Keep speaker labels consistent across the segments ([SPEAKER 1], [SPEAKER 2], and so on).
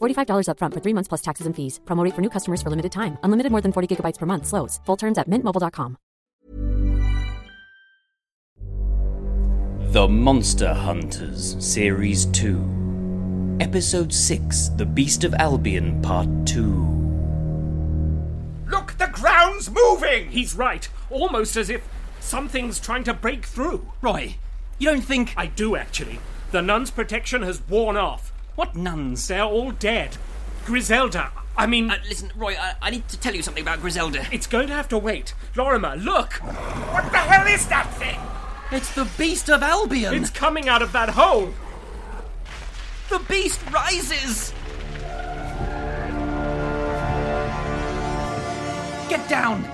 [SPEAKER 1] $45 upfront for three months plus taxes and fees. Promo rate for new customers for limited time. Unlimited more than 40 gigabytes per month. Slows. Full terms at mintmobile.com.
[SPEAKER 2] The Monster Hunters Series 2 Episode 6 The Beast of Albion Part 2
[SPEAKER 3] Look, the ground's moving!
[SPEAKER 4] He's right. Almost as if something's trying to break through.
[SPEAKER 5] Roy, you don't think.
[SPEAKER 4] I do, actually. The nun's protection has worn off.
[SPEAKER 5] What nuns?
[SPEAKER 4] They're all dead. Griselda, I mean,
[SPEAKER 5] Uh, listen, Roy, I, I need to tell you something about Griselda.
[SPEAKER 4] it's going to have to wait. Lorimer, look!
[SPEAKER 3] What the hell is that thing?
[SPEAKER 5] It's the Beast of Albion!
[SPEAKER 4] It's coming out of that hole!
[SPEAKER 5] the Beast rises! Get down!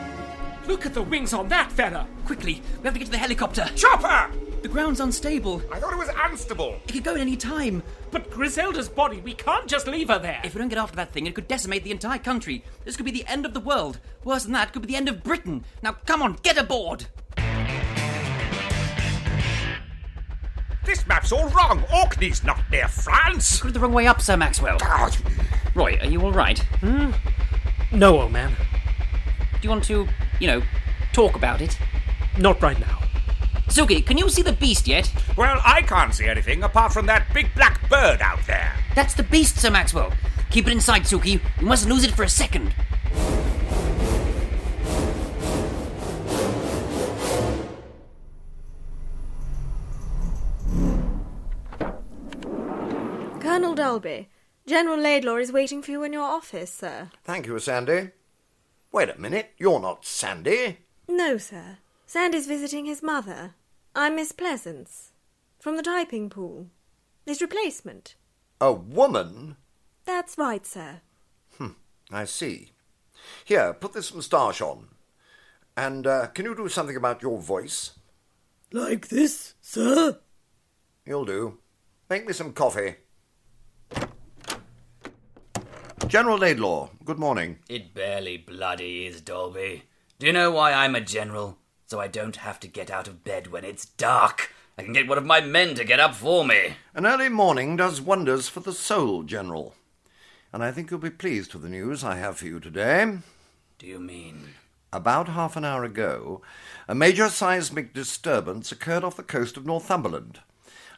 [SPEAKER 4] Look at the wings on that fella!
[SPEAKER 5] Quickly, we have to get to the helicopter.
[SPEAKER 3] Chopper!
[SPEAKER 5] The ground's unstable.
[SPEAKER 3] I thought it was Unstable.
[SPEAKER 5] It could go at any time.
[SPEAKER 4] But Griselda's body, we can't just leave her there!
[SPEAKER 5] If we don't get after that thing, it could decimate the entire country. This could be the end of the world. Worse than that, it could be the end of Britain. Now, come on, get aboard!
[SPEAKER 3] This map's all wrong. Orkney's not near France.
[SPEAKER 5] Go the wrong way up, Sir Maxwell.
[SPEAKER 3] God.
[SPEAKER 5] Roy, are you all right? Do
[SPEAKER 4] No, old man.
[SPEAKER 5] you want to, you know, talk about it?
[SPEAKER 4] Not right now.
[SPEAKER 5] Suki, can you see the beast yet?
[SPEAKER 3] Well, I can't see anything apart from that big black bird out there.
[SPEAKER 5] That's the beast, Sir Maxwell. Keep it inside, Suki. You mustn't lose it for a second.
[SPEAKER 6] Colonel Dolby, General Laidlaw is waiting for you in your office, sir.
[SPEAKER 7] Thank you, Sandy. Wait a minute, you're not Sandy.
[SPEAKER 6] No, sir. Sandy's visiting his mother. I'm Miss Pleasance. From the typing pool. His replacement.
[SPEAKER 7] A woman?
[SPEAKER 6] That's right, sir.
[SPEAKER 7] I see. Here, put this moustache on. And uh, can you do something about your voice?
[SPEAKER 8] Like this, sir?
[SPEAKER 7] You'll do. Make me some coffee. General Laidlaw, good morning.
[SPEAKER 5] It barely bloody is, Dolby. Do you know why I'm a general? So I don't have to get out of bed when it's dark. I can get one of my men to get up for me.
[SPEAKER 7] An early morning does wonders for the soul, General. And I think you'll be pleased with the news I have for you today.
[SPEAKER 5] Do you mean?
[SPEAKER 7] About half an hour ago, a major seismic disturbance occurred off the coast of Northumberland.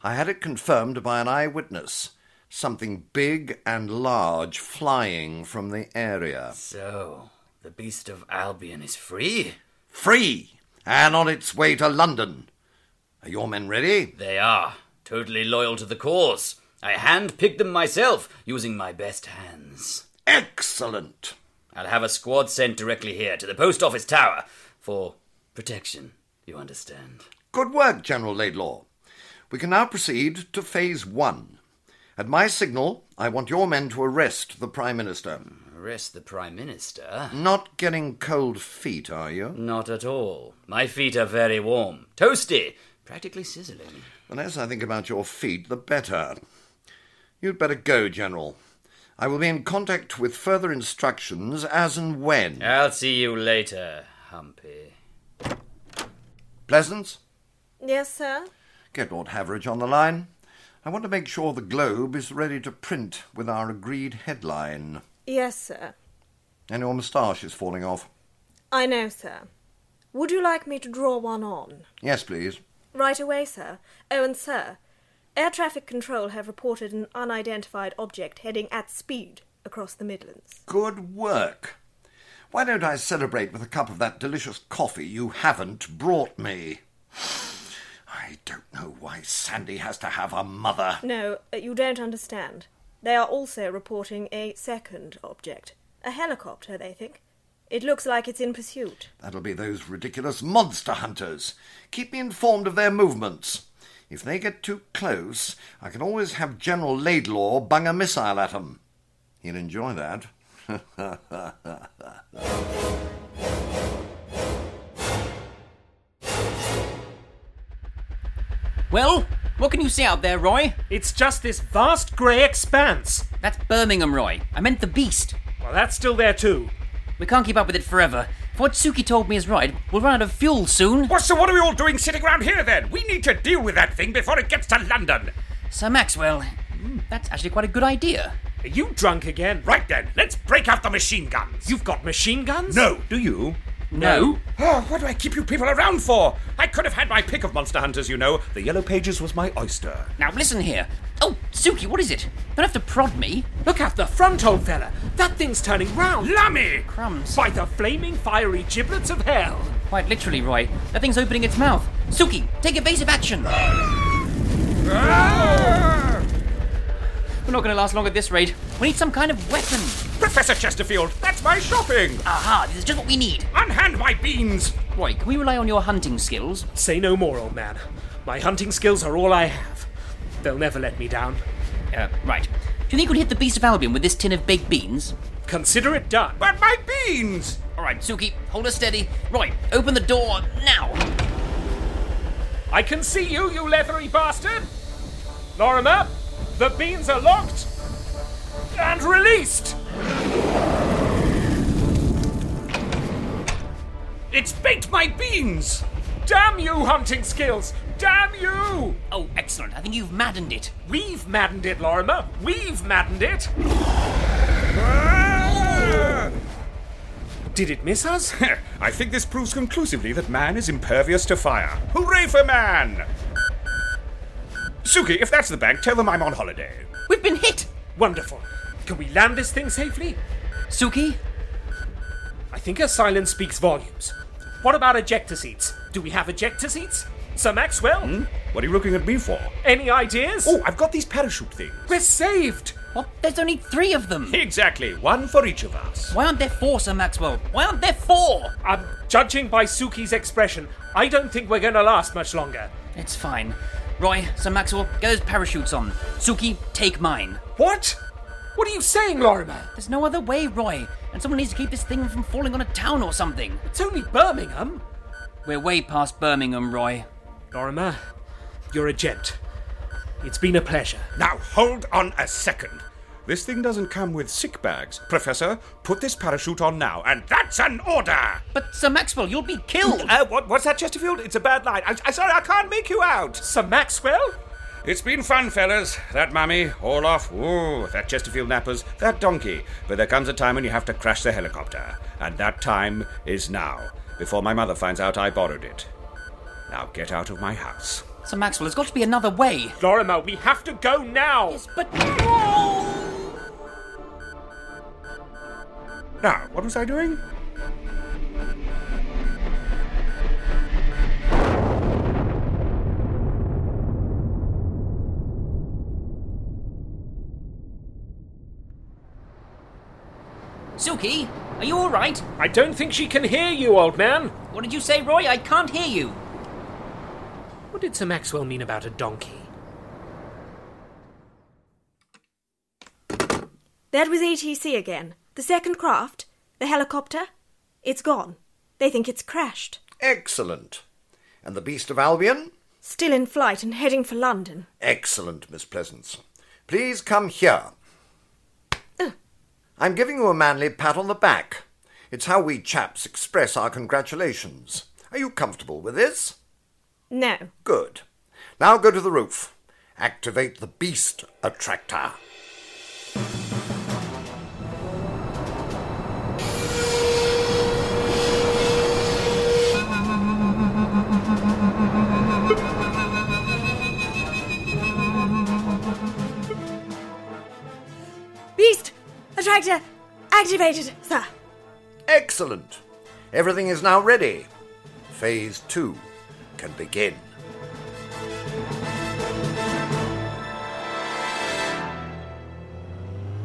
[SPEAKER 7] I had it confirmed by an eyewitness. Something big and large flying from the area.
[SPEAKER 5] So, the beast of Albion is free?
[SPEAKER 7] Free! And on its way to London. Are your men ready?
[SPEAKER 5] They are. Totally loyal to the cause. I handpicked them myself, using my best hands.
[SPEAKER 7] Excellent!
[SPEAKER 5] I'll have a squad sent directly here to the post office tower for protection, you understand.
[SPEAKER 7] Good work, General Laidlaw. We can now proceed to phase one. At my signal, I want your men to arrest the Prime Minister.
[SPEAKER 5] Arrest the Prime
[SPEAKER 2] Hmm.
[SPEAKER 5] Minister?
[SPEAKER 7] Not getting cold feet, are you?
[SPEAKER 5] Not at all. My feet are very warm, toasty, practically sizzling.
[SPEAKER 7] The less I think about your feet, the better. You'd better go, General. I will be in contact with further instructions as and when.
[SPEAKER 5] I'll see you later, Humpy.
[SPEAKER 7] Pleasance,
[SPEAKER 6] Yes, sir?
[SPEAKER 7] get Lord Haveridge on the line. I want to make sure the Globe is ready to print with our agreed headline.
[SPEAKER 6] Yes, sir.
[SPEAKER 7] And your moustache is falling off.
[SPEAKER 6] I know, sir. Would you like me to draw one on?
[SPEAKER 7] Yes, please.
[SPEAKER 6] Right away, sir. Oh, and sir, air traffic control have reported an unidentified object heading at speed across. across the Midlands.
[SPEAKER 7] Good work. Why don't I celebrate with a cup of that delicious coffee you haven't brought me? I don't know why Sandy has to have a mother.
[SPEAKER 6] No, uh, you don't understand. They are also reporting a second object. A helicopter, they think. It looks like it's in pursuit.
[SPEAKER 7] That'll be those ridiculous monster hunters. Keep me informed of their movements. If they get too close, I can always have General Laidlaw bung a missile at 'em. He'll enjoy that.
[SPEAKER 5] Well, what can you see out there, Roy?
[SPEAKER 9] It's just this vast grey expanse.
[SPEAKER 5] That's Birmingham, Roy. I meant the beast.
[SPEAKER 9] Well, that's still there too.
[SPEAKER 5] We can't keep up with it forever. If what Suki told me is right, we'll run out of fuel soon.
[SPEAKER 4] Well, so what are we all doing sitting around here then? We need to deal with that thing before it gets to London.
[SPEAKER 5] Sir Maxwell, that's actually quite a good idea.
[SPEAKER 9] Are you drunk again?
[SPEAKER 4] Right then, let's break out the machine guns.
[SPEAKER 9] You've got machine guns?
[SPEAKER 4] No, do you?
[SPEAKER 5] No.
[SPEAKER 4] Oh, what do I keep you people around for? I could have had my pick of monster hunters, you know. The Yellow Pages was my oyster.
[SPEAKER 5] Now listen here. Oh, Suki, what is it? Don't have to prod me.
[SPEAKER 9] Look out the front, old fella. That thing's turning round.
[SPEAKER 4] Lummy!
[SPEAKER 5] Crumbs.
[SPEAKER 9] By the flaming, fiery giblets of hell.
[SPEAKER 5] Quite literally, Roy. That thing's opening its mouth. Suki, take evasive action. We're not going to last long at this rate. We need some kind of weapon.
[SPEAKER 4] Professor Chesterfield, that's my shopping.
[SPEAKER 5] Aha, this is just what we need.
[SPEAKER 4] Unhand my beans.
[SPEAKER 5] Roy, can we rely on your hunting skills?
[SPEAKER 9] Say no more, old man. My hunting skills are all I have. They'll never let me down.
[SPEAKER 5] Uh, right. Do you think we'd hit the Beast of Albion with this tin of baked beans?
[SPEAKER 9] Consider it done.
[SPEAKER 4] But my beans!
[SPEAKER 5] All right, Suki, hold her steady. Roy, open the door now.
[SPEAKER 9] I can see you, you leathery bastard! Lorimer, the beans are locked and released!
[SPEAKER 4] It's baked my beans!
[SPEAKER 9] Damn you, hunting skills! Damn you!
[SPEAKER 5] Oh, excellent. I think you've maddened it.
[SPEAKER 9] We've maddened it, Lorimer. We've maddened it. Did it miss us?
[SPEAKER 4] Ah! I think this proves conclusively that man is impervious to fire. Hooray for man! Suki, if that's the bank, tell them I'm on holiday.
[SPEAKER 5] We've been hit.
[SPEAKER 9] Wonderful. Can we land this thing safely?
[SPEAKER 5] Suki?
[SPEAKER 9] I think her silence speaks volumes. What about ejector seats? Do we have ejector seats? Sir Maxwell?
[SPEAKER 4] Hmm? What are you looking at me for?
[SPEAKER 9] Any ideas?
[SPEAKER 4] Oh, I've got these parachute things.
[SPEAKER 9] We're saved!
[SPEAKER 5] What? There's only three of them.
[SPEAKER 4] Exactly, one for each of us.
[SPEAKER 5] Why aren't there four, Sir Maxwell? Why aren't there four?
[SPEAKER 9] Um, judging by Suki's expression, I don't think we're gonna last much longer.
[SPEAKER 5] It's fine. Roy, Sir Maxwell, get those parachutes on. Suki, take mine.
[SPEAKER 9] What? What are you saying, Lorimer?
[SPEAKER 5] There's no other way, Roy. And someone needs to keep this thing from falling on a town or something.
[SPEAKER 9] It's only Birmingham.
[SPEAKER 5] We're way past Birmingham, Roy.
[SPEAKER 9] Lorimer, you're a gent. It's been a pleasure.
[SPEAKER 4] Now hold on a second. This thing doesn't come with sick bags. Professor, put this parachute on now, and that's an order!
[SPEAKER 5] But Sir Maxwell, you'll be killed.
[SPEAKER 4] Uh, what, what's that, Chesterfield? It's a bad line. I, I, sorry, I can't make you out.
[SPEAKER 9] Sir Maxwell?
[SPEAKER 4] It's been fun, fellas. That mummy, all off. Ooh, that Chesterfield nappers, that donkey. But there comes a time when you have to crash the helicopter. And that time is now, before my mother finds out I borrowed it. Now get out of my house.
[SPEAKER 5] Sir Maxwell, there's got to be another way.
[SPEAKER 9] Lorimer, we have to go now.
[SPEAKER 5] Yes, but
[SPEAKER 4] Now, what was I doing?
[SPEAKER 5] Suki, are you all right?
[SPEAKER 9] I don't think she can hear you, old man.
[SPEAKER 5] What did you say, Roy? I can't hear you.
[SPEAKER 9] What did Sir Maxwell mean about a donkey?
[SPEAKER 6] That was ATC again. The second craft, the helicopter, it's gone. They think it's crashed.
[SPEAKER 7] Excellent. And the Beast of Albion?
[SPEAKER 6] Still in flight and heading for London.
[SPEAKER 7] Excellent, Miss Pleasance. Please come here. I'm giving you a manly pat on the back. It's how we chaps express our congratulations. Are you comfortable with this?
[SPEAKER 6] No.
[SPEAKER 7] Good. Now go to the roof. Activate the beast attractor.
[SPEAKER 6] Beast! Attractor activated, sir.
[SPEAKER 7] Excellent. Everything is now ready. Phase two can begin.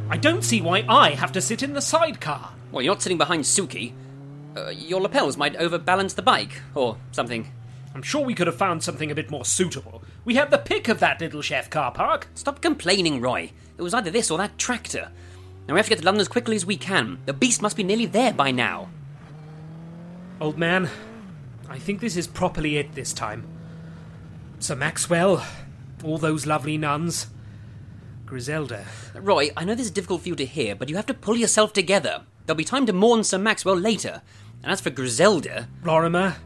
[SPEAKER 2] I don't see why I have to sit in the sidecar.
[SPEAKER 5] Well, you're not sitting behind Suki. Uh, your lapels might overbalance the bike, or something.
[SPEAKER 2] I'm sure we could have found something a bit more suitable. We had the pick of that little chef car park.
[SPEAKER 5] Stop complaining, Roy. It was either this or that tractor. Now we have to get to London as quickly as we can. The beast must be nearly there by now.
[SPEAKER 2] Old man, I think this is properly it this time. Sir Maxwell, all those lovely nuns, Griselda.
[SPEAKER 5] Roy, I know this is difficult for you to hear, but you have to pull yourself together. There'll be time to mourn Sir Maxwell later. And as for Griselda.
[SPEAKER 2] Lorimer,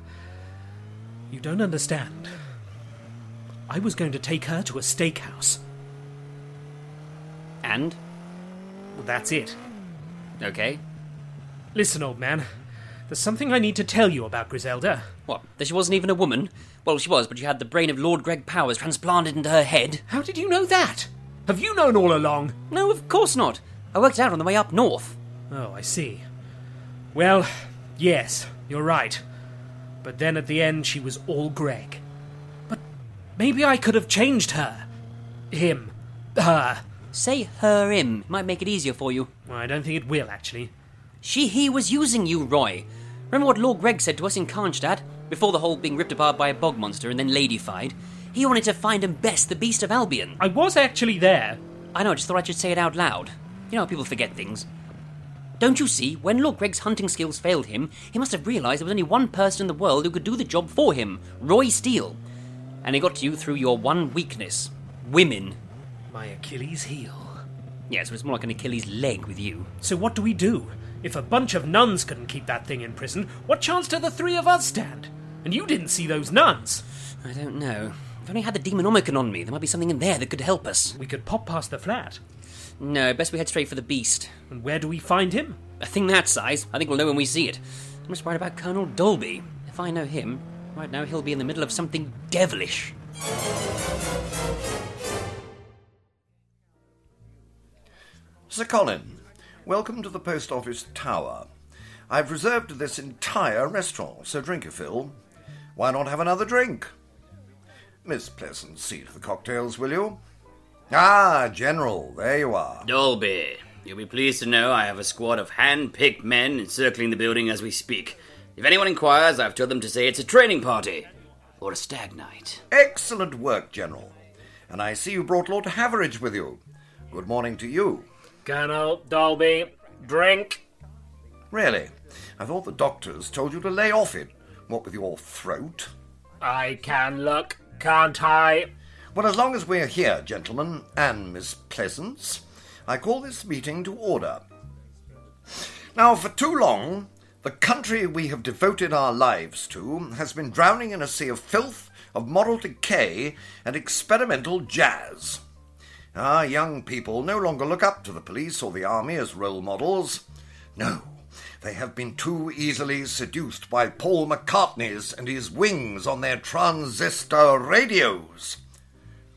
[SPEAKER 2] you don't understand. I was going to take her to a steakhouse.
[SPEAKER 5] And?
[SPEAKER 2] Well, that's it.
[SPEAKER 5] Okay.
[SPEAKER 2] Listen, old man. There's something I need to tell you about Griselda.
[SPEAKER 5] What? That she wasn't even a woman? Well, she was, but she had the brain of Lord Greg Powers transplanted into her head.
[SPEAKER 2] How did you know that? Have you known all along?
[SPEAKER 5] No, of course not. I worked it out on the way up north.
[SPEAKER 2] Oh, I see. Well, yes, you're right. But then at the end, she was all Greg. But maybe I could have changed her. Him. Her.
[SPEAKER 5] Say her him. Might make it easier for you.
[SPEAKER 2] Well, I don't think it will, actually.
[SPEAKER 5] She he was using you, Roy. Remember what Lord Greg said to us in Karnstadt, before the whole being ripped apart by a bog monster and then ladyfied? He wanted to find and best the Beast of Albion.
[SPEAKER 2] I was actually there.
[SPEAKER 5] I know, I just thought I should say it out loud. You know people forget things. Don't you see, when Lord Greg's hunting skills failed him, he must have realized there was only one person in the world who could do the job for him Roy Steele. And he got to you through your one weakness women.
[SPEAKER 2] My Achilles heel.
[SPEAKER 5] Yeah, so it's more like an Achilles leg with you.
[SPEAKER 2] So what do we do? If a bunch of nuns couldn't keep that thing in prison, what chance do the three of us stand? And you didn't see those nuns.
[SPEAKER 5] I don't know. If I only had the Demonomicon on me, there might be something in there that could help us.
[SPEAKER 2] We could pop past the flat.
[SPEAKER 5] No, best we head straight for the beast.
[SPEAKER 2] And where do we find him?
[SPEAKER 5] A thing that size. I think we'll know when we see it. I'm just worried about Colonel Dolby. If I know him, right now he'll be in the middle of something devilish.
[SPEAKER 7] Sir Colin, welcome to the post office tower. I've reserved this entire restaurant, so drink a fill. Why not have another drink? Miss Pleasant, see to the cocktails, will you? Ah, General, there you are.
[SPEAKER 10] Dolby, you'll be pleased to know I have a squad of hand picked men encircling the building as we speak. If anyone inquires, I've told them to say it's a training party or a stag night.
[SPEAKER 7] Excellent work, General. And I see you brought Lord Haveridge with you. Good morning to you.
[SPEAKER 11] Colonel Dolby, drink.
[SPEAKER 7] Really? I thought the doctors told you to lay off it. What with your throat?
[SPEAKER 11] I can look, can't I?
[SPEAKER 7] Well, as long as we're here, gentlemen, and Miss Pleasance, I call this meeting to order. Now, for too long, the country we have devoted our lives to has been drowning in a sea of filth, of moral decay, and experimental jazz. Our young people no longer look up to the police or the army as role models. No, they have been too easily seduced by Paul McCartney's and his wings on their transistor radios.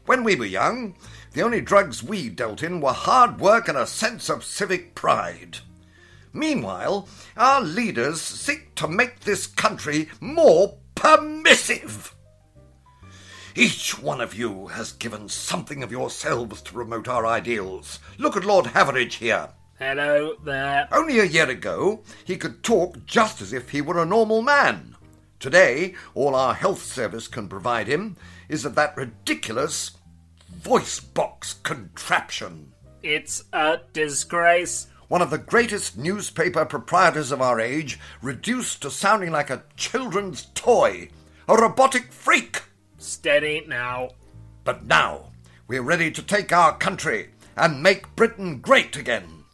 [SPEAKER 7] When we were young, the only drugs we dealt in were hard work and a sense of civic pride. Meanwhile, our leaders seek to make this country more permissive. Each one of you has given something of yourselves to promote our ideals. Look at Lord Haveridge here.
[SPEAKER 11] Hello there.
[SPEAKER 7] Only a year ago, he could talk just as if he were a normal man. Today, all our health service can provide him is of that ridiculous voice box contraption.
[SPEAKER 11] It's a disgrace.
[SPEAKER 7] One of the greatest newspaper proprietors of our age, reduced to sounding like a children's toy, a robotic freak.
[SPEAKER 11] Steady now.
[SPEAKER 7] But now, we're ready to take our country and make Britain great again.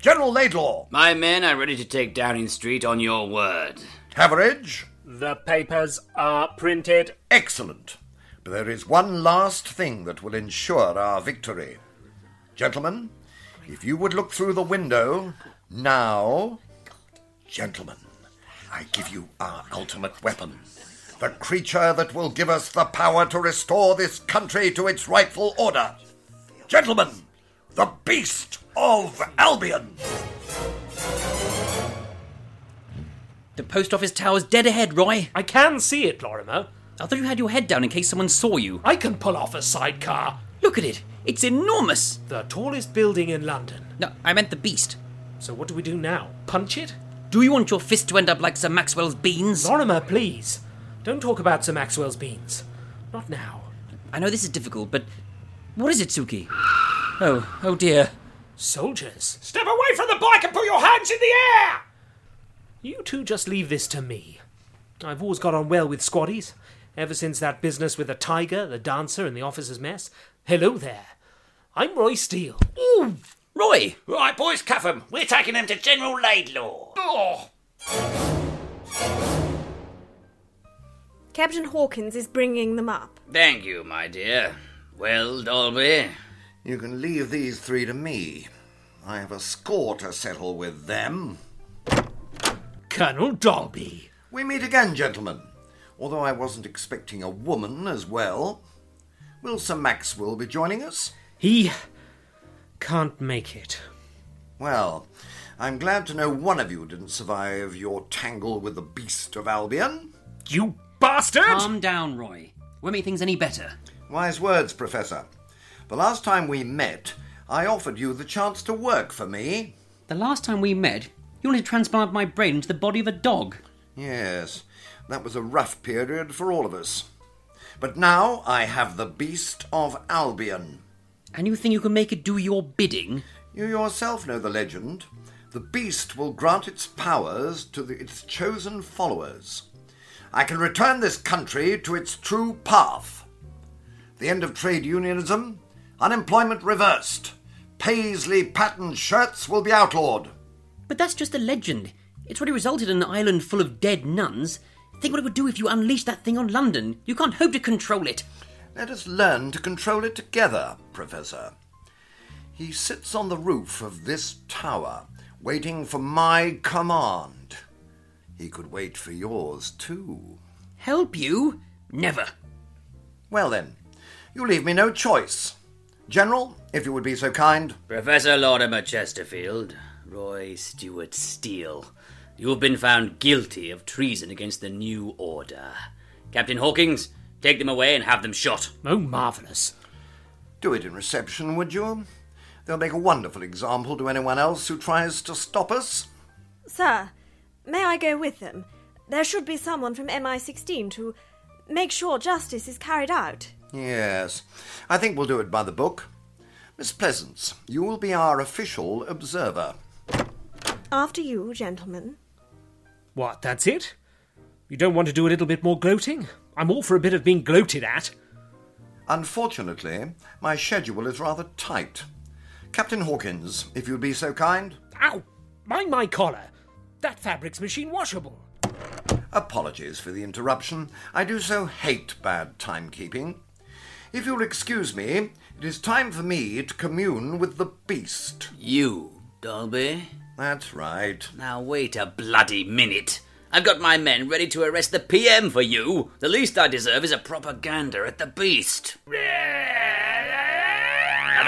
[SPEAKER 7] General Laidlaw.
[SPEAKER 10] My men are ready to take Downing Street on your word.
[SPEAKER 7] Haveridge.
[SPEAKER 11] The papers are printed.
[SPEAKER 7] Excellent. But there is one last thing that will ensure our victory. Gentlemen, if you would look through the window, now. Gentlemen, I give you our ultimate weapon. The creature that will give us the power to restore this country to its rightful order. Gentlemen, the Beast of Albion!
[SPEAKER 5] The post office tower's dead ahead, Roy.
[SPEAKER 2] I can see it, Lorimer.
[SPEAKER 5] I thought you had your head down in case someone saw you.
[SPEAKER 2] I can pull off a sidecar.
[SPEAKER 5] Look at it. It's enormous.
[SPEAKER 2] The tallest building in London.
[SPEAKER 5] No, I meant the beast.
[SPEAKER 2] So what do we do now? Punch it?
[SPEAKER 5] Do you want your fist to end up like Sir Maxwell's beans?
[SPEAKER 2] Lorimer, please. Don't talk about Sir Maxwell's beans. Not now.
[SPEAKER 5] I know this is difficult, but what is it, Suki? Oh, oh dear.
[SPEAKER 2] Soldiers.
[SPEAKER 9] Step away from the bike and put your hands in the air!
[SPEAKER 2] You two just leave this to me. I've always got on well with squaddies, ever since that business with the tiger, the dancer, and the officer's mess. Hello there. I'm Roy Steele.
[SPEAKER 5] Ooh, Roy!
[SPEAKER 12] Right, boys, cuff 'em. We're taking them to General Laidlaw.
[SPEAKER 9] Oh.
[SPEAKER 6] Captain Hawkins is bringing them up.
[SPEAKER 10] Thank you, my dear. Well, Dolby.
[SPEAKER 7] You can leave these three to me. I have a score to settle with them.
[SPEAKER 2] Colonel Dolby.
[SPEAKER 7] We meet again, gentlemen. Although I wasn't expecting a woman as well. Will Sir Maxwell be joining us?
[SPEAKER 2] He can't make it.
[SPEAKER 7] Well, I'm glad to know one of you didn't survive your tangle with the beast of Albion.
[SPEAKER 2] You bastard!
[SPEAKER 5] Calm down, Roy. Won't make things any better.
[SPEAKER 7] Wise words, Professor. The last time we met, I offered you the chance to work for me.
[SPEAKER 5] The last time we met, you wanted to transplant my brain into the body of a dog.
[SPEAKER 7] Yes, that was a rough period for all of us. But now I have the beast of Albion.
[SPEAKER 5] And you think you can make it do your bidding?
[SPEAKER 7] You yourself know the legend. The beast will grant its powers to the, its chosen followers. I can return this country to its true path. The end of trade unionism, unemployment reversed, paisley patterned shirts will be outlawed.
[SPEAKER 5] But that's just a legend. It's already resulted in an island full of dead nuns. Think what it would do if you unleashed that thing on London. You can't hope to control it.
[SPEAKER 7] Let us learn to control it together, Professor. He sits on the roof of this tower, waiting for my command. He could wait for yours, too.
[SPEAKER 5] Help you? Never.
[SPEAKER 7] Well, then, you leave me no choice. General, if you would be so kind.
[SPEAKER 10] Professor Lorimer Chesterfield, Roy Stewart Steele, you have been found guilty of treason against the new order. Captain Hawkins, take them away and have them shot.
[SPEAKER 2] Oh, marvellous.
[SPEAKER 7] Do it in reception, would you? They'll make a wonderful example to anyone else who tries to stop us.
[SPEAKER 6] Sir, may I go with them? There should be someone from MI16 to make sure justice is carried out.
[SPEAKER 7] Yes, I think we'll do it by the book. Miss Pleasance, you will be our official observer.
[SPEAKER 6] After you, gentlemen.
[SPEAKER 2] What, that's it? You don't want to do a little bit more gloating? I'm all for a bit of being gloated at.
[SPEAKER 7] Unfortunately, my schedule is rather tight. Captain Hawkins, if you'd be so kind.
[SPEAKER 2] Ow! Mind my collar! That fabric's machine washable.
[SPEAKER 7] Apologies for the interruption. I do so hate bad timekeeping. If you'll excuse me, it is time for me to commune with the beast.
[SPEAKER 10] You, Dolby?
[SPEAKER 7] That's right.
[SPEAKER 10] Now wait a bloody minute. I've got my men ready to arrest the PM for you. The least I deserve is a propaganda at the beast. And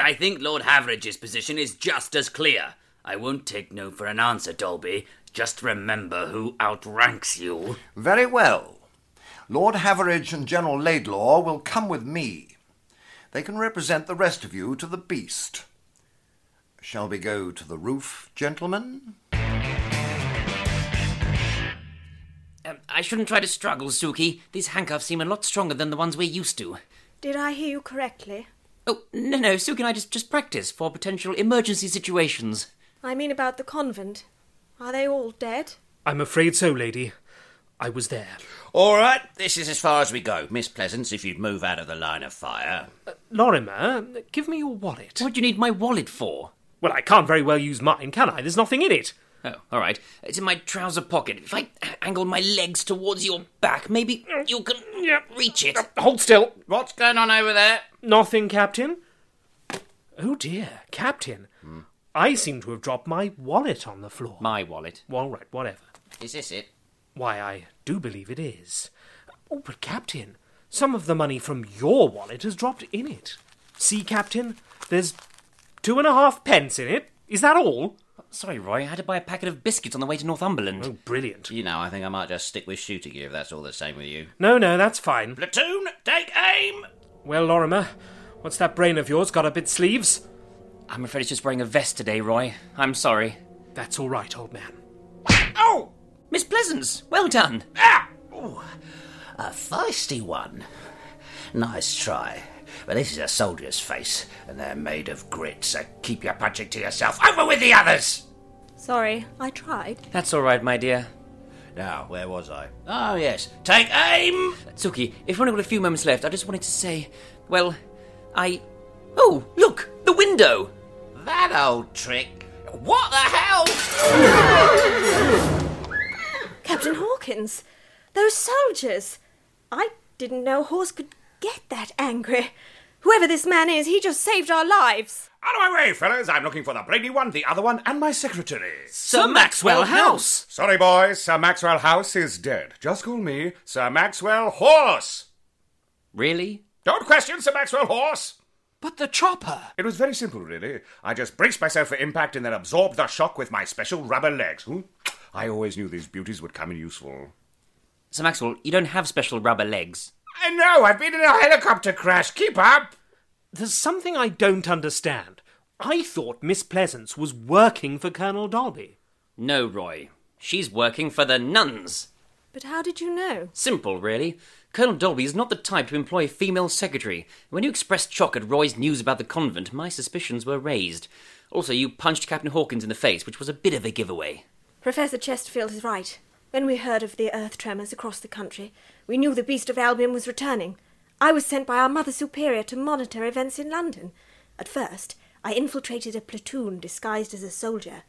[SPEAKER 10] I think Lord Haverage's position is just as clear. I won't take no for an answer, Dolby. Just remember who outranks you.
[SPEAKER 7] Very well. Lord Haverage and General Laidlaw will come with me. They can represent the rest of you to the beast. Shall we go to the roof, gentlemen?
[SPEAKER 5] Um, I shouldn't try to struggle, Suki. These handcuffs seem a lot stronger than the ones we're used to.
[SPEAKER 6] Did I hear you correctly?
[SPEAKER 5] Oh, no, no, Suki and I just, just practice for potential emergency situations.
[SPEAKER 6] I mean about the convent. Are they all dead?
[SPEAKER 2] I'm afraid so, lady. I was there.
[SPEAKER 12] All right, this is as far as we go. Miss Pleasance, if you'd move out of the line of fire.
[SPEAKER 2] Uh, Lorimer, give me your wallet.
[SPEAKER 5] What do you need my wallet for?
[SPEAKER 2] Well, I can't very well use mine, can I? There's nothing in it.
[SPEAKER 5] Oh, all right. It's in my trouser pocket. If I angle my legs towards your back, maybe you can reach it.
[SPEAKER 2] Hold still.
[SPEAKER 10] What's going on over there?
[SPEAKER 2] Nothing, Captain. Oh dear, Captain. Hmm. I seem to have dropped my wallet on the floor.
[SPEAKER 5] My wallet?
[SPEAKER 2] Well, all right, whatever.
[SPEAKER 10] Is this it?
[SPEAKER 2] Why, I do believe it is. Oh, but Captain, some of the money from your wallet has dropped in it. See, Captain, there's two and a half pence in it. Is that all?
[SPEAKER 5] Sorry, Roy, I had to buy a packet of biscuits on the way to Northumberland.
[SPEAKER 2] Oh, brilliant.
[SPEAKER 12] You know, I think I might just stick with shooting you if that's all the same with you.
[SPEAKER 2] No, no, that's fine.
[SPEAKER 12] Platoon, take aim!
[SPEAKER 2] Well, Lorimer, what's that brain of yours got up its sleeves?
[SPEAKER 5] I'm afraid it's just wearing a vest today, Roy. I'm sorry.
[SPEAKER 2] That's all right, old man.
[SPEAKER 5] Oh! Miss Pleasance, well done.
[SPEAKER 12] Ah! Ooh, a feisty one. Nice try. But this is a soldier's face, and they're made of grit, so keep your punching to yourself. Over with the others!
[SPEAKER 6] Sorry, I tried.
[SPEAKER 5] That's all right, my dear.
[SPEAKER 12] Now, where was I? Oh, yes. Take aim!
[SPEAKER 5] Tsuki, if you've only got a few moments left, I just wanted to say, well, I. Oh, look! The window!
[SPEAKER 12] That old trick. What the hell?
[SPEAKER 6] Captain Hawkins, those soldiers! I didn't know horse could get that angry. Whoever this man is, he just saved our lives.
[SPEAKER 4] Out of my way, fellas! I'm looking for the Brady one, the other one, and my secretary.
[SPEAKER 5] Sir Maxwell House!
[SPEAKER 4] Sorry, boys, Sir Maxwell House is dead. Just call me Sir Maxwell Horse!
[SPEAKER 5] Really?
[SPEAKER 4] Don't question Sir Maxwell Horse!
[SPEAKER 2] But the chopper!
[SPEAKER 4] It was very simple, really. I just braced myself for impact and then absorbed the shock with my special rubber legs. Hmm? I always knew these beauties would come in useful.
[SPEAKER 5] Sir Maxwell, you don't have special rubber legs.
[SPEAKER 4] I know, I've been in a helicopter crash. Keep up!
[SPEAKER 2] There's something I don't understand. I thought Miss Pleasance was working for Colonel Dolby.
[SPEAKER 5] No, Roy. She's working for the nuns.
[SPEAKER 6] But how did you know?
[SPEAKER 5] Simple, really. Colonel Dolby is not the type to employ a female secretary. When you expressed shock at Roy's news about the convent, my suspicions were raised. Also, you punched Captain Hawkins in the face, which was a bit of a giveaway.
[SPEAKER 6] Professor Chesterfield is right. When we heard of the earth tremors across the country, we knew the Beast of Albion was returning. I was sent by our Mother Superior to monitor events in London. At first, I infiltrated a platoon disguised as a soldier,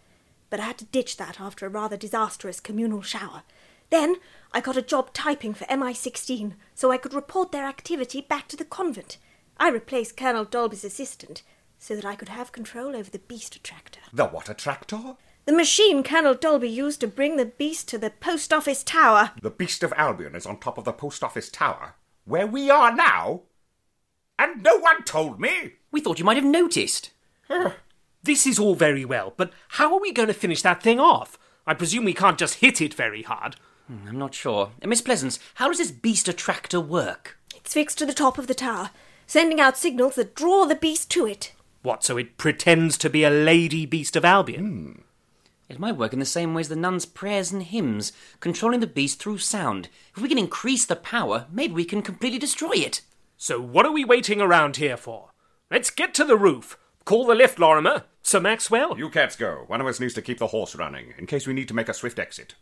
[SPEAKER 6] but I had to ditch that after a rather disastrous communal shower. Then I got a job typing for MI16 so I could report their activity back to the convent. I replaced Colonel Dolby's assistant so that I could have control over the beast attractor.
[SPEAKER 4] The what attractor?
[SPEAKER 6] The machine Colonel Dolby used to bring the beast to the post office tower.
[SPEAKER 4] The Beast of Albion is on top of the post office tower, where we are now. And no one told me!
[SPEAKER 5] We thought you might have noticed.
[SPEAKER 2] this is all very well, but how are we going to finish that thing off? I presume we can't just hit it very hard.
[SPEAKER 5] Hmm, I'm not sure. Uh, Miss Pleasance, how does this beast attractor work?
[SPEAKER 6] It's fixed to the top of the tower, sending out signals that draw the beast to it.
[SPEAKER 2] What, so it pretends to be a lady beast of Albion?
[SPEAKER 5] Hmm. It might work in the same way as the nuns' prayers and hymns, controlling the beast through sound. If we can increase the power, maybe we can completely destroy it.
[SPEAKER 2] So, what are we waiting around here for? Let's get to the roof. Call the lift, Lorimer. Sir Maxwell?
[SPEAKER 4] You cats go. One of us needs to keep the horse running, in case we need to make a swift exit.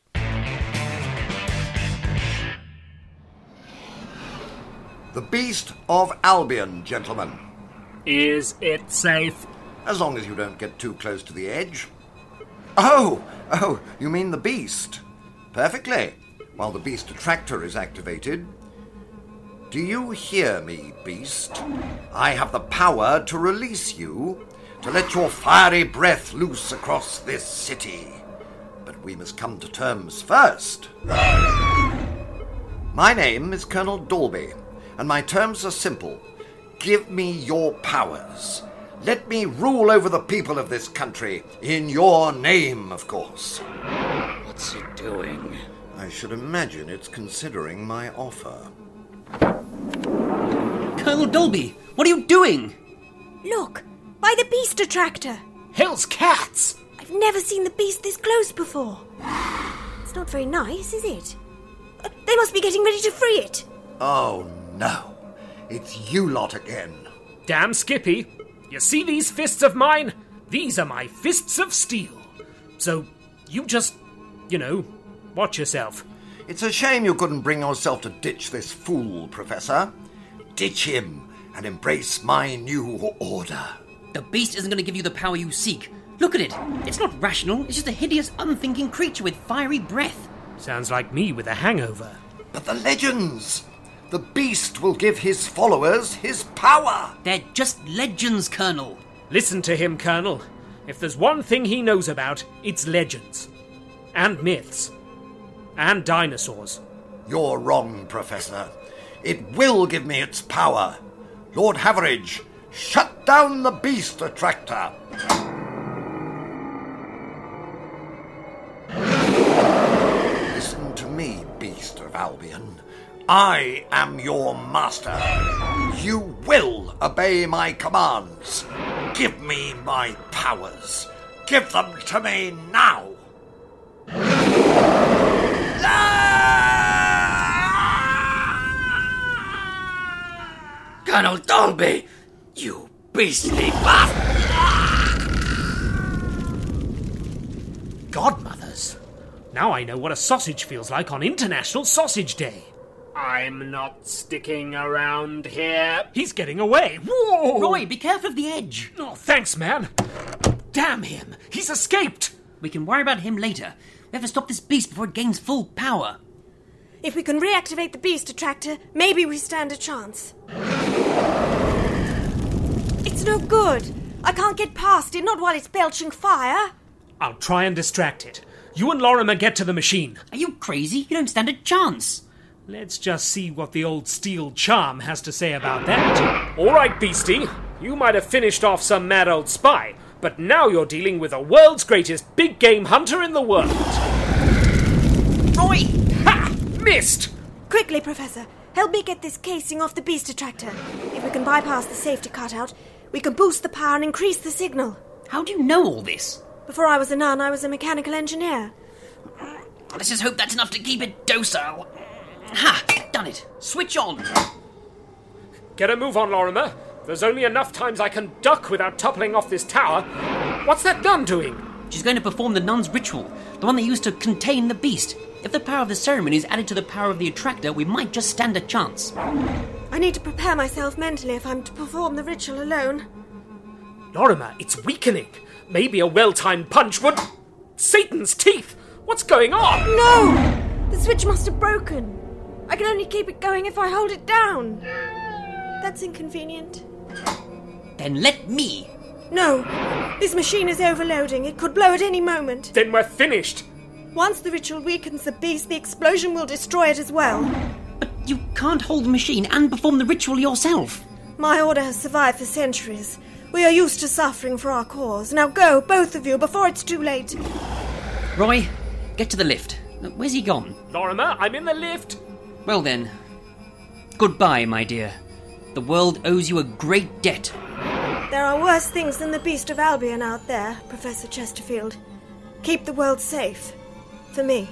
[SPEAKER 7] The Beast of Albion, gentlemen.
[SPEAKER 11] Is it safe?
[SPEAKER 7] As long as you don't get too close to the edge. Oh, oh, you mean the beast? Perfectly. While the beast attractor is activated. Do you hear me, beast? I have the power to release you, to let your fiery breath loose across this city. But we must come to terms first. My name is Colonel Dolby, and my terms are simple. Give me your powers. Let me rule over the people of this country. In your name, of course.
[SPEAKER 10] What's it doing?
[SPEAKER 7] I should imagine it's considering my offer.
[SPEAKER 5] Colonel Dolby, what are you doing?
[SPEAKER 6] Look, by the beast attractor.
[SPEAKER 2] Hell's cats!
[SPEAKER 6] I've never seen the beast this close before. It's not very nice, is it? Uh, They must be getting ready to free it.
[SPEAKER 7] Oh, no. It's you lot again.
[SPEAKER 2] Damn Skippy, you see these fists of mine? These are my fists of steel. So, you just, you know, watch yourself.
[SPEAKER 7] It's a shame you couldn't bring yourself to ditch this fool, Professor. Ditch him and embrace my new order.
[SPEAKER 5] The beast isn't going to give you the power you seek. Look at it. It's not rational, it's just a hideous, unthinking creature with fiery breath.
[SPEAKER 2] Sounds like me with a hangover.
[SPEAKER 7] But the legends! The beast will give his followers his power!
[SPEAKER 5] They're just legends, Colonel.
[SPEAKER 2] Listen to him, Colonel. If there's one thing he knows about, it's legends. And myths. And dinosaurs.
[SPEAKER 7] You're wrong, Professor. It will give me its power. Lord Haveridge, shut down the beast attractor! Albion. I am your master. You will obey my commands. Give me my powers. Give them to me now.
[SPEAKER 10] Ah! Colonel Dolby! You beastly bastard!
[SPEAKER 2] Godmothers? Now I know what a sausage feels like on International Sausage Day.
[SPEAKER 11] I'm not sticking around here.
[SPEAKER 2] He's getting away. Whoa!
[SPEAKER 5] Roy, be careful of the edge.
[SPEAKER 2] Oh, thanks, man. Damn him. He's escaped.
[SPEAKER 5] We can worry about him later. We have to stop this beast before it gains full power.
[SPEAKER 6] If we can reactivate the beast attractor, maybe we stand a chance. It's no good. I can't get past it, not while it's belching fire.
[SPEAKER 2] I'll try and distract it. You and Lorimer get to the machine.
[SPEAKER 5] Are you crazy? You don't stand a chance.
[SPEAKER 2] Let's just see what the old steel charm has to say about that.
[SPEAKER 9] All right, Beastie. You might have finished off some mad old spy, but now you're dealing with the world's greatest big game hunter in the world.
[SPEAKER 5] Roy!
[SPEAKER 9] Ha! Missed!
[SPEAKER 6] Quickly, Professor. Help me get this casing off the beast attractor. If we can bypass the safety cutout, we can boost the power and increase the signal.
[SPEAKER 5] How do you know all this?
[SPEAKER 6] Before I was a nun, I was a mechanical engineer.
[SPEAKER 5] Let's just hope that's enough to keep it docile. Ha! Done it. Switch on.
[SPEAKER 9] Get a move on, Lorimer. There's only enough times I can duck without toppling off this tower. What's that nun doing?
[SPEAKER 5] She's going to perform the nun's ritual, the one they used to contain the beast. If the power of the ceremony is added to the power of the attractor, we might just stand a chance.
[SPEAKER 6] I need to prepare myself mentally if I'm to perform the ritual alone.
[SPEAKER 2] Lorimer, it's weakening. Maybe a well timed punch would. Satan's teeth! What's going on?
[SPEAKER 6] No! The switch must have broken. I can only keep it going if I hold it down. That's inconvenient.
[SPEAKER 5] Then let me.
[SPEAKER 6] No! This machine is overloading. It could blow at any moment.
[SPEAKER 9] Then we're finished.
[SPEAKER 6] Once the ritual weakens the beast, the explosion will destroy it as well.
[SPEAKER 5] But you can't hold the machine and perform the ritual yourself.
[SPEAKER 6] My order has survived for centuries. We are used to suffering for our cause. Now go, both of you, before it's too late.
[SPEAKER 5] Roy, get to the lift. Where's he gone?
[SPEAKER 9] Lorimer, I'm in the lift.
[SPEAKER 5] Well then, goodbye, my dear. The world owes you a great debt.
[SPEAKER 6] There are worse things than the Beast of Albion out there, Professor Chesterfield. Keep the world safe. For me.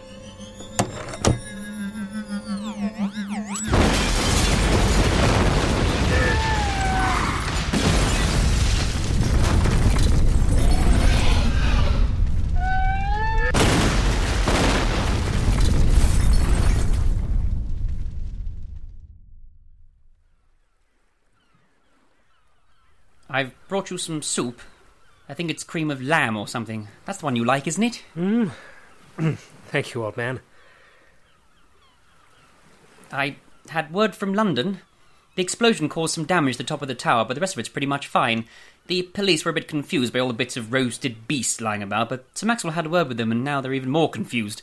[SPEAKER 5] I've brought you some soup. I think it's cream of lamb or something. That's the one you like, isn't it?
[SPEAKER 2] Mm. Thank you, old man.
[SPEAKER 5] I had word from London. The explosion caused some damage to the top of the tower, but the rest of it's pretty much fine. The police were a bit confused by all the bits of roasted beast lying about, but Sir Maxwell had a word with them, and now they're even more confused.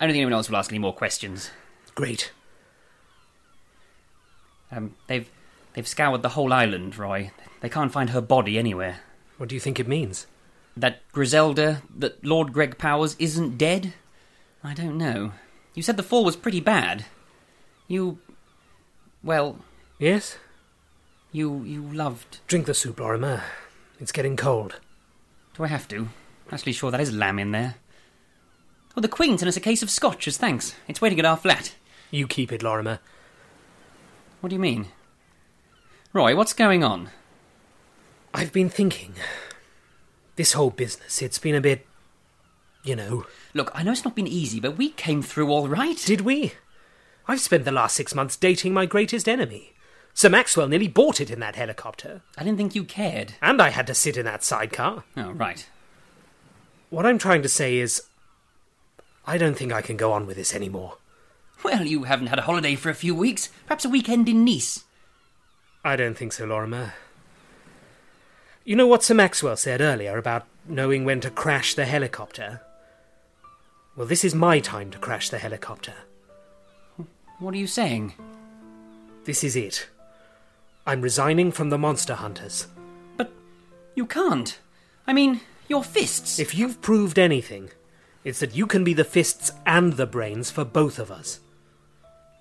[SPEAKER 5] I don't think anyone else will ask any more questions.
[SPEAKER 2] Great.
[SPEAKER 5] Um, they've They've scoured the whole island, Roy. They can't find her body anywhere.
[SPEAKER 2] What do you think it means?
[SPEAKER 5] That Griselda, that Lord Greg Powers isn't dead? I don't know. You said the fall was pretty bad. You. Well.
[SPEAKER 2] Yes?
[SPEAKER 5] You. you loved.
[SPEAKER 2] Drink the soup, Lorimer. It's getting cold.
[SPEAKER 5] Do I have to? I'm actually sure that is lamb in there. Well, the Queen sent us a case of scotch as thanks. It's waiting at our flat.
[SPEAKER 2] You keep it, Lorimer.
[SPEAKER 5] What do you mean? Roy, what's going on?
[SPEAKER 2] I've been thinking. This whole business, it's been a bit. you know.
[SPEAKER 5] Look, I know it's not been easy, but we came through all right.
[SPEAKER 2] Did we? I've spent the last six months dating my greatest enemy. Sir Maxwell nearly bought it in that helicopter.
[SPEAKER 5] I didn't think you cared.
[SPEAKER 2] And I had to sit in that sidecar.
[SPEAKER 5] Oh, right.
[SPEAKER 2] What I'm trying to say is. I don't think I can go on with this anymore.
[SPEAKER 5] Well, you haven't had a holiday for a few weeks. Perhaps a weekend in Nice.
[SPEAKER 2] I don't think so, Lorimer. You know what Sir Maxwell said earlier about knowing when to crash the helicopter? Well, this is my time to crash the helicopter.
[SPEAKER 5] What are you saying?
[SPEAKER 2] This is it. I'm resigning from the Monster Hunters.
[SPEAKER 5] But you can't. I mean, your fists.
[SPEAKER 2] If you've proved anything, it's that you can be the fists and the brains for both of us.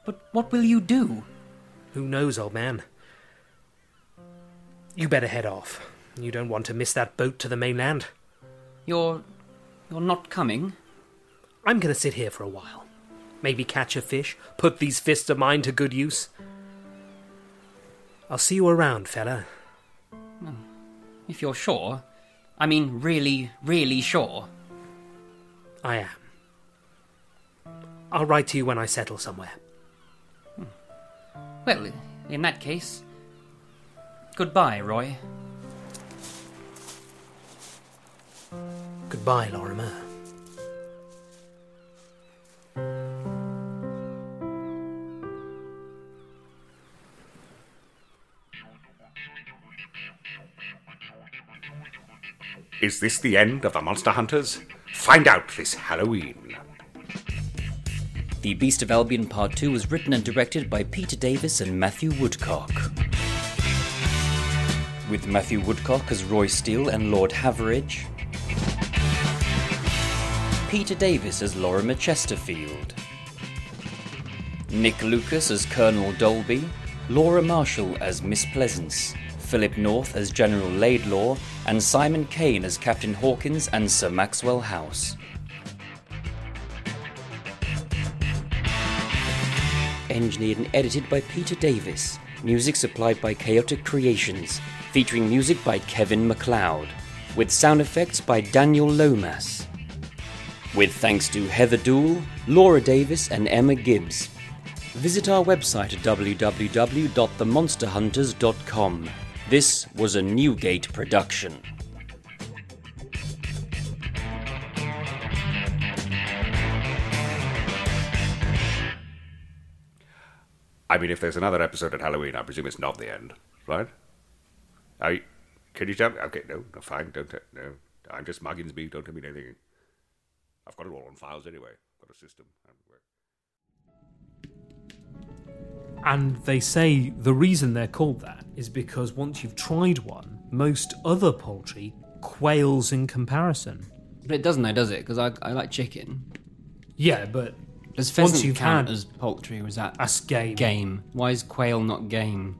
[SPEAKER 5] But what will you do?
[SPEAKER 13] Who knows, old man? You better head off. You don't want to miss that boat to the mainland.
[SPEAKER 5] You're. you're not coming?
[SPEAKER 13] I'm going to sit here for a while. Maybe catch a fish, put these fists of mine to good use. I'll see you around, fella.
[SPEAKER 5] If you're sure. I mean, really, really sure.
[SPEAKER 13] I am. I'll write to you when I settle somewhere.
[SPEAKER 5] Well, in that case. Goodbye, Roy.
[SPEAKER 13] Goodbye, Lorimer.
[SPEAKER 4] Is this the end of the Monster Hunters? Find out this Halloween.
[SPEAKER 2] The Beast of Albion Part 2 was written and directed by Peter Davis and Matthew Woodcock. With Matthew Woodcock as Roy Steele and Lord Haveridge, Peter Davis as Lorimer Chesterfield, Nick Lucas as Colonel Dolby, Laura Marshall as Miss Pleasance, Philip North as General Laidlaw, and Simon Kane as Captain Hawkins and Sir Maxwell House. Engineered and edited by Peter Davis. Music supplied by Chaotic Creations, featuring music by Kevin McLeod, with sound effects by Daniel Lomas. With thanks to Heather Dool, Laura Davis, and Emma Gibbs. Visit our website at www.themonsterhunters.com. This was a Newgate production.
[SPEAKER 4] I mean, if there's another episode at Halloween, I presume it's not the end, right? Are you, can you tell me? Okay, no, no, fine, don't. tell- No, I'm just Mugginsby, don't tell me anything. I've got it all on files anyway. Got a system.
[SPEAKER 7] And they say the reason they're called that is because once you've tried one, most other poultry quails in comparison.
[SPEAKER 5] But it doesn't, though, does it? Because I, I like chicken.
[SPEAKER 7] Yeah, but
[SPEAKER 5] Does
[SPEAKER 7] once
[SPEAKER 5] pheasant
[SPEAKER 7] you've
[SPEAKER 5] count
[SPEAKER 7] had-
[SPEAKER 5] as poultry, or is that
[SPEAKER 7] That's game.
[SPEAKER 5] game? Why is quail not game?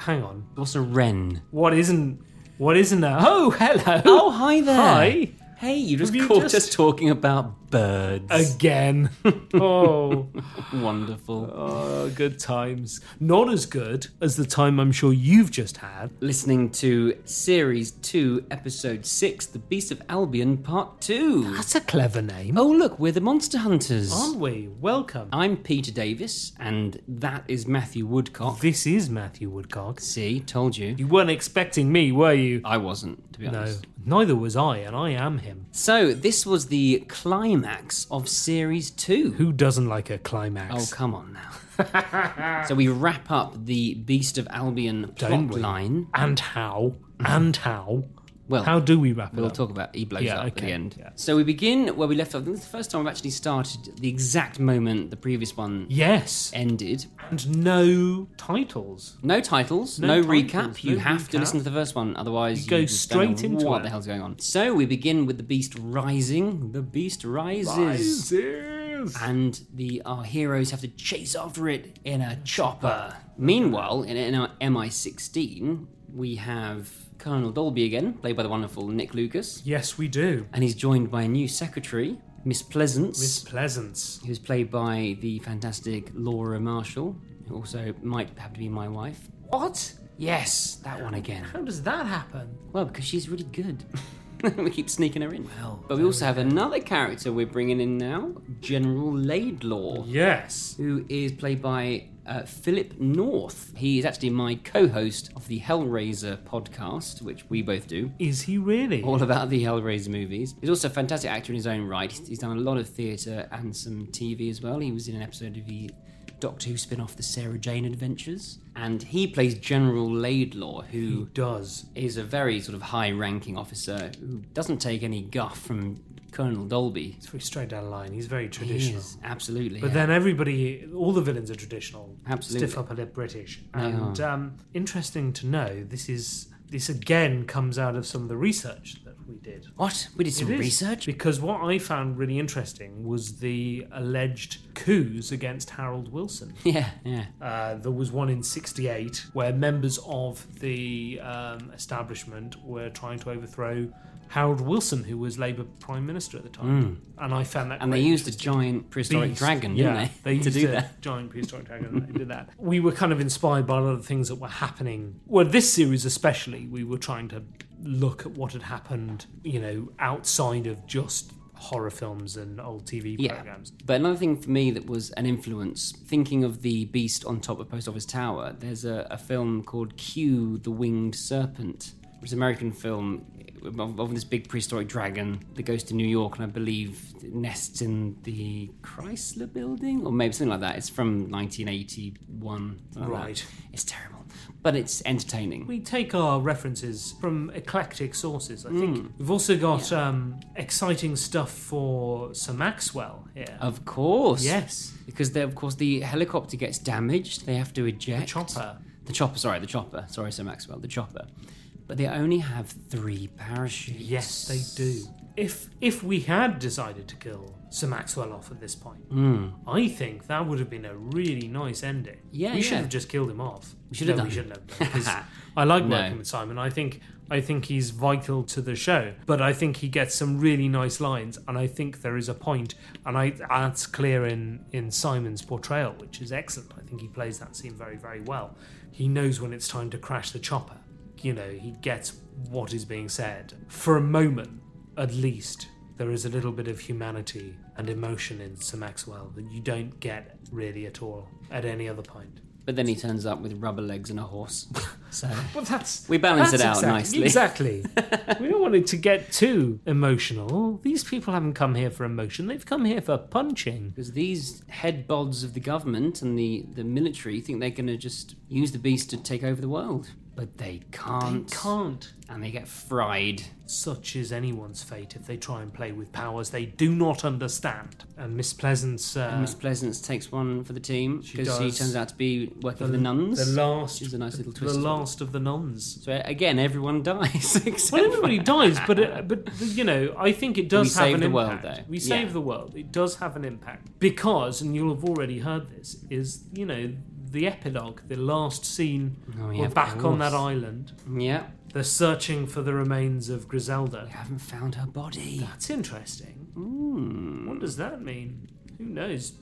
[SPEAKER 7] Hang on.
[SPEAKER 5] What's a wren?
[SPEAKER 7] What isn't? What isn't a? Oh, hello.
[SPEAKER 5] Oh, hi there.
[SPEAKER 7] Hi.
[SPEAKER 5] Hey, you just
[SPEAKER 7] Have you
[SPEAKER 5] caught
[SPEAKER 7] just-
[SPEAKER 5] us talking about birds
[SPEAKER 7] Again. Oh.
[SPEAKER 5] Wonderful.
[SPEAKER 7] Oh, good times. Not as good as the time I'm sure you've just had.
[SPEAKER 5] Listening to Series 2, Episode 6, The Beast of Albion, Part 2.
[SPEAKER 7] That's a clever name.
[SPEAKER 5] Oh, look, we're the Monster Hunters.
[SPEAKER 7] Aren't we? Welcome.
[SPEAKER 5] I'm Peter Davis, and that is Matthew Woodcock.
[SPEAKER 7] This is Matthew Woodcock.
[SPEAKER 5] See, told you.
[SPEAKER 7] You weren't expecting me, were you?
[SPEAKER 5] I wasn't, to be
[SPEAKER 7] No,
[SPEAKER 5] honest.
[SPEAKER 7] neither was I, and I am him.
[SPEAKER 5] So, this was the climax of Series 2.
[SPEAKER 7] Who doesn't like a climax?
[SPEAKER 5] Oh, come on now. so, we wrap up the Beast of Albion
[SPEAKER 7] Don't
[SPEAKER 5] plot
[SPEAKER 7] we?
[SPEAKER 5] line.
[SPEAKER 7] And how? And how?
[SPEAKER 5] Well,
[SPEAKER 7] how do we wrap it
[SPEAKER 5] We'll
[SPEAKER 7] up?
[SPEAKER 5] talk about he blows up
[SPEAKER 7] Yeah,
[SPEAKER 5] at
[SPEAKER 7] okay,
[SPEAKER 5] the end.
[SPEAKER 7] yeah.
[SPEAKER 5] So we begin where we left off. I think it's the first time I've actually started the exact moment the previous one
[SPEAKER 7] Yes.
[SPEAKER 5] ended.
[SPEAKER 7] And no titles.
[SPEAKER 5] No titles,
[SPEAKER 7] No
[SPEAKER 5] no,
[SPEAKER 7] titles,
[SPEAKER 5] recap. You
[SPEAKER 7] no
[SPEAKER 5] have to
[SPEAKER 7] recap.
[SPEAKER 5] listen to the first one, otherwise
[SPEAKER 7] You go
[SPEAKER 5] just don't know
[SPEAKER 7] straight into
[SPEAKER 5] what
[SPEAKER 7] it.
[SPEAKER 5] the hell's going on. So we begin with the beast rising. The beast rises.
[SPEAKER 7] Rises.
[SPEAKER 5] And the our heroes have to chase after it in a chopper. Meanwhile, in, in our MI16, we have Colonel Dolby again, played by the wonderful Nick Lucas.
[SPEAKER 7] Yes, we do.
[SPEAKER 5] and he's joined by a new secretary, Miss Pleasance,
[SPEAKER 7] Miss Pleasance.
[SPEAKER 5] who's played by the fantastic Laura Marshall, who also might have to be my wife.
[SPEAKER 7] What?
[SPEAKER 5] Yes, that one again.
[SPEAKER 7] How does that happen?
[SPEAKER 5] Well, because she's really good. we keep sneaking her in. but we also have another character we're bringing in now, General Laidlaw,
[SPEAKER 7] Yes.
[SPEAKER 5] who is played by uh, Philip North. He is actually my co-host of the Hellraiser podcast, which we both do.
[SPEAKER 7] Is he really?
[SPEAKER 5] all about the Hellraiser movies. He's also a fantastic actor in his own right. He's, he's done a lot of theatre and some TV as well. He was in an episode of the Doctor Who spin off, The Sarah Jane Adventures. And he plays General Laidlaw,
[SPEAKER 7] He
[SPEAKER 5] who
[SPEAKER 7] does.
[SPEAKER 5] is a very sort of high ranking officer who doesn't take any guff from Colonel Dolby.
[SPEAKER 7] It's very straight down the line. He's very
[SPEAKER 5] He
[SPEAKER 7] traditional.
[SPEAKER 5] is, absolutely.
[SPEAKER 7] But
[SPEAKER 5] yeah.
[SPEAKER 7] then everybody, all the villains are traditional,
[SPEAKER 5] Absolutely.
[SPEAKER 7] stiff upper lip British.
[SPEAKER 5] They
[SPEAKER 7] And um, interesting to know, this is this again comes out of some of the research that
[SPEAKER 14] we did.
[SPEAKER 5] What? We did some research? Because what I found really interesting was the alleged coups against Harold Wilson.
[SPEAKER 2] Yeah, yeah.
[SPEAKER 5] Uh, there was one in 68 where members of the um, establishment were trying to overthrow Harold Wilson, who was Labour Prime Minister at the time. And I found that
[SPEAKER 2] Mm. And they
[SPEAKER 5] quite
[SPEAKER 2] used a
[SPEAKER 5] interesting.
[SPEAKER 2] giant prehistoric
[SPEAKER 5] Beast.
[SPEAKER 2] dragon,
[SPEAKER 5] yeah,
[SPEAKER 2] didn't they?
[SPEAKER 5] used
[SPEAKER 2] to do
[SPEAKER 5] a
[SPEAKER 2] that.
[SPEAKER 5] giant prehistoric dragon. and they did that. We were kind of inspired by a lot of the things that were happening. Well, this series especially, we were trying to look at what had happened, you know, outside of just horror films and old TV programs.
[SPEAKER 2] But another thing for me that was an influence, thinking of the beast on top of Post Office Tower, there's a, a film called Q, the Winged Serpent. It's an American film of, of this big prehistoric dragon that goes to New York and I believe it nests in the Chrysler building or maybe something like that. It's from 1981. something like that.
[SPEAKER 5] Right.
[SPEAKER 2] It's terrible, but it's entertaining.
[SPEAKER 5] We take our references from eclectic sources, I think.
[SPEAKER 2] Mm.
[SPEAKER 5] We've also got um, exciting stuff for Sir Maxwell here.
[SPEAKER 2] Of course.
[SPEAKER 5] Yes.
[SPEAKER 2] Because they, of course the helicopter gets damaged. They have to eject. The
[SPEAKER 5] chopper.
[SPEAKER 2] The chopper, sorry, the chopper. Sorry, Sir Maxwell, the chopper. But they only have three parachutes.
[SPEAKER 5] Yes, they do. If if we had decided to kill Sir Maxwell off at this point,
[SPEAKER 2] Mm.
[SPEAKER 5] I think that would have been a really nice ending.
[SPEAKER 2] Yeah,
[SPEAKER 5] we should
[SPEAKER 2] yeah.
[SPEAKER 5] have just killed him off.
[SPEAKER 2] We should have
[SPEAKER 5] No,
[SPEAKER 2] done.
[SPEAKER 5] We shouldn't have. done, 'cause I like
[SPEAKER 2] No.
[SPEAKER 5] working with Simon. I think I think he's vital to the show, but I think he gets some really nice lines, and I think there is a point, and I that's clear in in Simon's portrayal, which is excellent. I think he plays that scene very very well. He knows when it's time to crash the chopper. You know, he gets what is being said for a moment, at least. There is a little bit of humanity and emotion in Sir Maxwell that you don't get really at all at any other point.
[SPEAKER 2] But then he turns up with rubber legs and a horse. So
[SPEAKER 5] Well, that's
[SPEAKER 2] we balance it out
[SPEAKER 5] that's
[SPEAKER 2] nicely.
[SPEAKER 5] exactly- Exactly. we don't want it to get too emotional. These people haven't come here for emotion. They've come here for punching.
[SPEAKER 2] Because these head bods of the government and the, the military think they're going to just use the beast to take over the world. But they can't.
[SPEAKER 5] They can't.
[SPEAKER 2] And they get fried.
[SPEAKER 5] Such is anyone's fate if they try and play with powers they do not understand. And Miss Pleasant's uh,
[SPEAKER 2] and Miss Pleasance takes one for the team
[SPEAKER 5] She
[SPEAKER 2] because she
[SPEAKER 5] does.
[SPEAKER 2] turns out to be working
[SPEAKER 5] The-
[SPEAKER 2] for the nuns.
[SPEAKER 5] the last-
[SPEAKER 2] which is a nice little
[SPEAKER 5] the
[SPEAKER 2] twist.
[SPEAKER 5] last of the nuns.
[SPEAKER 2] So again, everyone dies. except
[SPEAKER 5] well,
[SPEAKER 2] for-
[SPEAKER 5] everybody dies, but it, but you know, I think it does
[SPEAKER 2] We
[SPEAKER 5] have
[SPEAKER 2] save
[SPEAKER 5] an
[SPEAKER 2] the world,
[SPEAKER 5] impact.
[SPEAKER 2] though.
[SPEAKER 5] We
[SPEAKER 2] Yeah.
[SPEAKER 5] save the world. It does have an impact because, and you'll have already heard this, is you know the epilogue, the last scene.
[SPEAKER 2] Oh, yeah,
[SPEAKER 5] we're
[SPEAKER 2] of
[SPEAKER 5] back on that
[SPEAKER 2] course.
[SPEAKER 5] island.
[SPEAKER 2] Yeah.
[SPEAKER 5] They're searching for the remains of Griselda. We
[SPEAKER 2] haven't found her body.
[SPEAKER 5] That's interesting.
[SPEAKER 2] Hmm.
[SPEAKER 5] What does that mean? Who knows?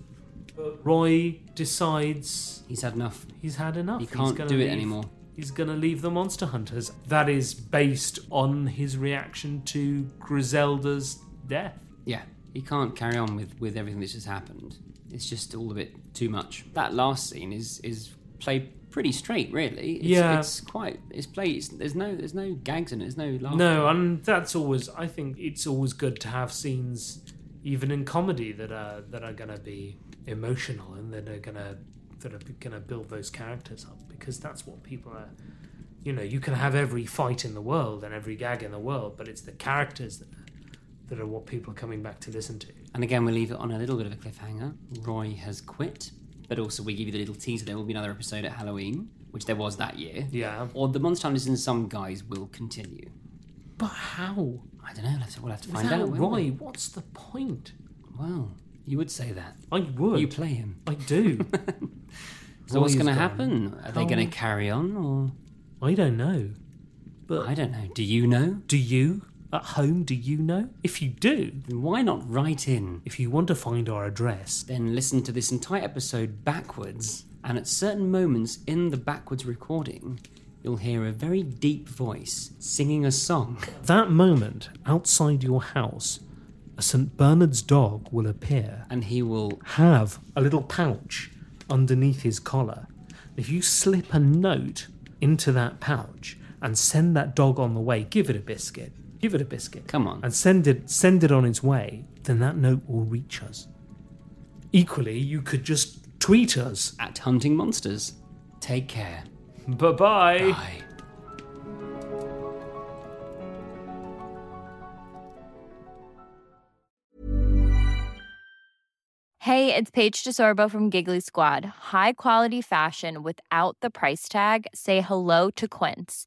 [SPEAKER 5] But Roy decides
[SPEAKER 2] he's had enough.
[SPEAKER 5] He's had enough.
[SPEAKER 2] He
[SPEAKER 5] He's
[SPEAKER 2] can't
[SPEAKER 5] gonna
[SPEAKER 2] do it
[SPEAKER 5] leave-
[SPEAKER 2] anymore.
[SPEAKER 5] He's going to leave the Monster Hunters. That is based on his reaction to Griselda's death.
[SPEAKER 2] Yeah, he can't carry on with, with everything that's just happened. It's just all a bit too much. That last scene is is played pretty straight, really. It's,
[SPEAKER 5] Yeah.
[SPEAKER 2] it's quite. It's played. It's, there's no there's no gags in it. There's no laughter.
[SPEAKER 5] No, and that's always. I think it's always good to have scenes, even in comedy, that are that are going to be emotional and that are going to that are going to build those characters up because that's what people are. You know, you can have every fight in the world and every gag in the world, but it's the characters that that are what people are coming back to listen to.
[SPEAKER 2] And again, we leave it on a little bit of a cliffhanger. Roy has quit, but also we give you the little teaser there will be another episode at Halloween, which there was that year.
[SPEAKER 5] Yeah.
[SPEAKER 2] Or the Monster Hunters and some guys will continue.
[SPEAKER 5] But how?
[SPEAKER 2] I don't know. We'll have to, we'll have to find
[SPEAKER 5] Without
[SPEAKER 2] out. won't
[SPEAKER 5] Roy,
[SPEAKER 2] we?
[SPEAKER 5] what's the point?
[SPEAKER 2] Well, you would say that.
[SPEAKER 5] I would.
[SPEAKER 2] You play him.
[SPEAKER 5] I do.
[SPEAKER 2] So what's
[SPEAKER 5] Roy's
[SPEAKER 2] going to
[SPEAKER 5] gone.
[SPEAKER 2] happen? Are they
[SPEAKER 5] How-
[SPEAKER 2] going to carry on, or
[SPEAKER 5] I don't know. But
[SPEAKER 2] I don't know. Do you know?
[SPEAKER 5] Do you at home? Do you know? If you do,
[SPEAKER 2] then why not write in?
[SPEAKER 5] If you want to find our address,
[SPEAKER 2] Then listen to this entire episode backwards, and at certain moments in the backwards recording, you'll hear a very deep voice singing a song.
[SPEAKER 5] that moment outside your house, a St. Bernard's dog will appear
[SPEAKER 2] and he will
[SPEAKER 5] have a little pouch underneath his collar. If you slip a note into that pouch and send that dog on the way, give it a biscuit, give it a biscuit,
[SPEAKER 2] Come on.
[SPEAKER 5] and send it send it on its way, then that note will reach us. Equally, you could just tweet us
[SPEAKER 2] at Hunting Monsters. Take care.
[SPEAKER 5] Bye-bye.
[SPEAKER 2] Bye.
[SPEAKER 7] Hey, it's Paige DeSorbo from Giggly Squad. High quality fashion without the price tag. Say hello to Quince.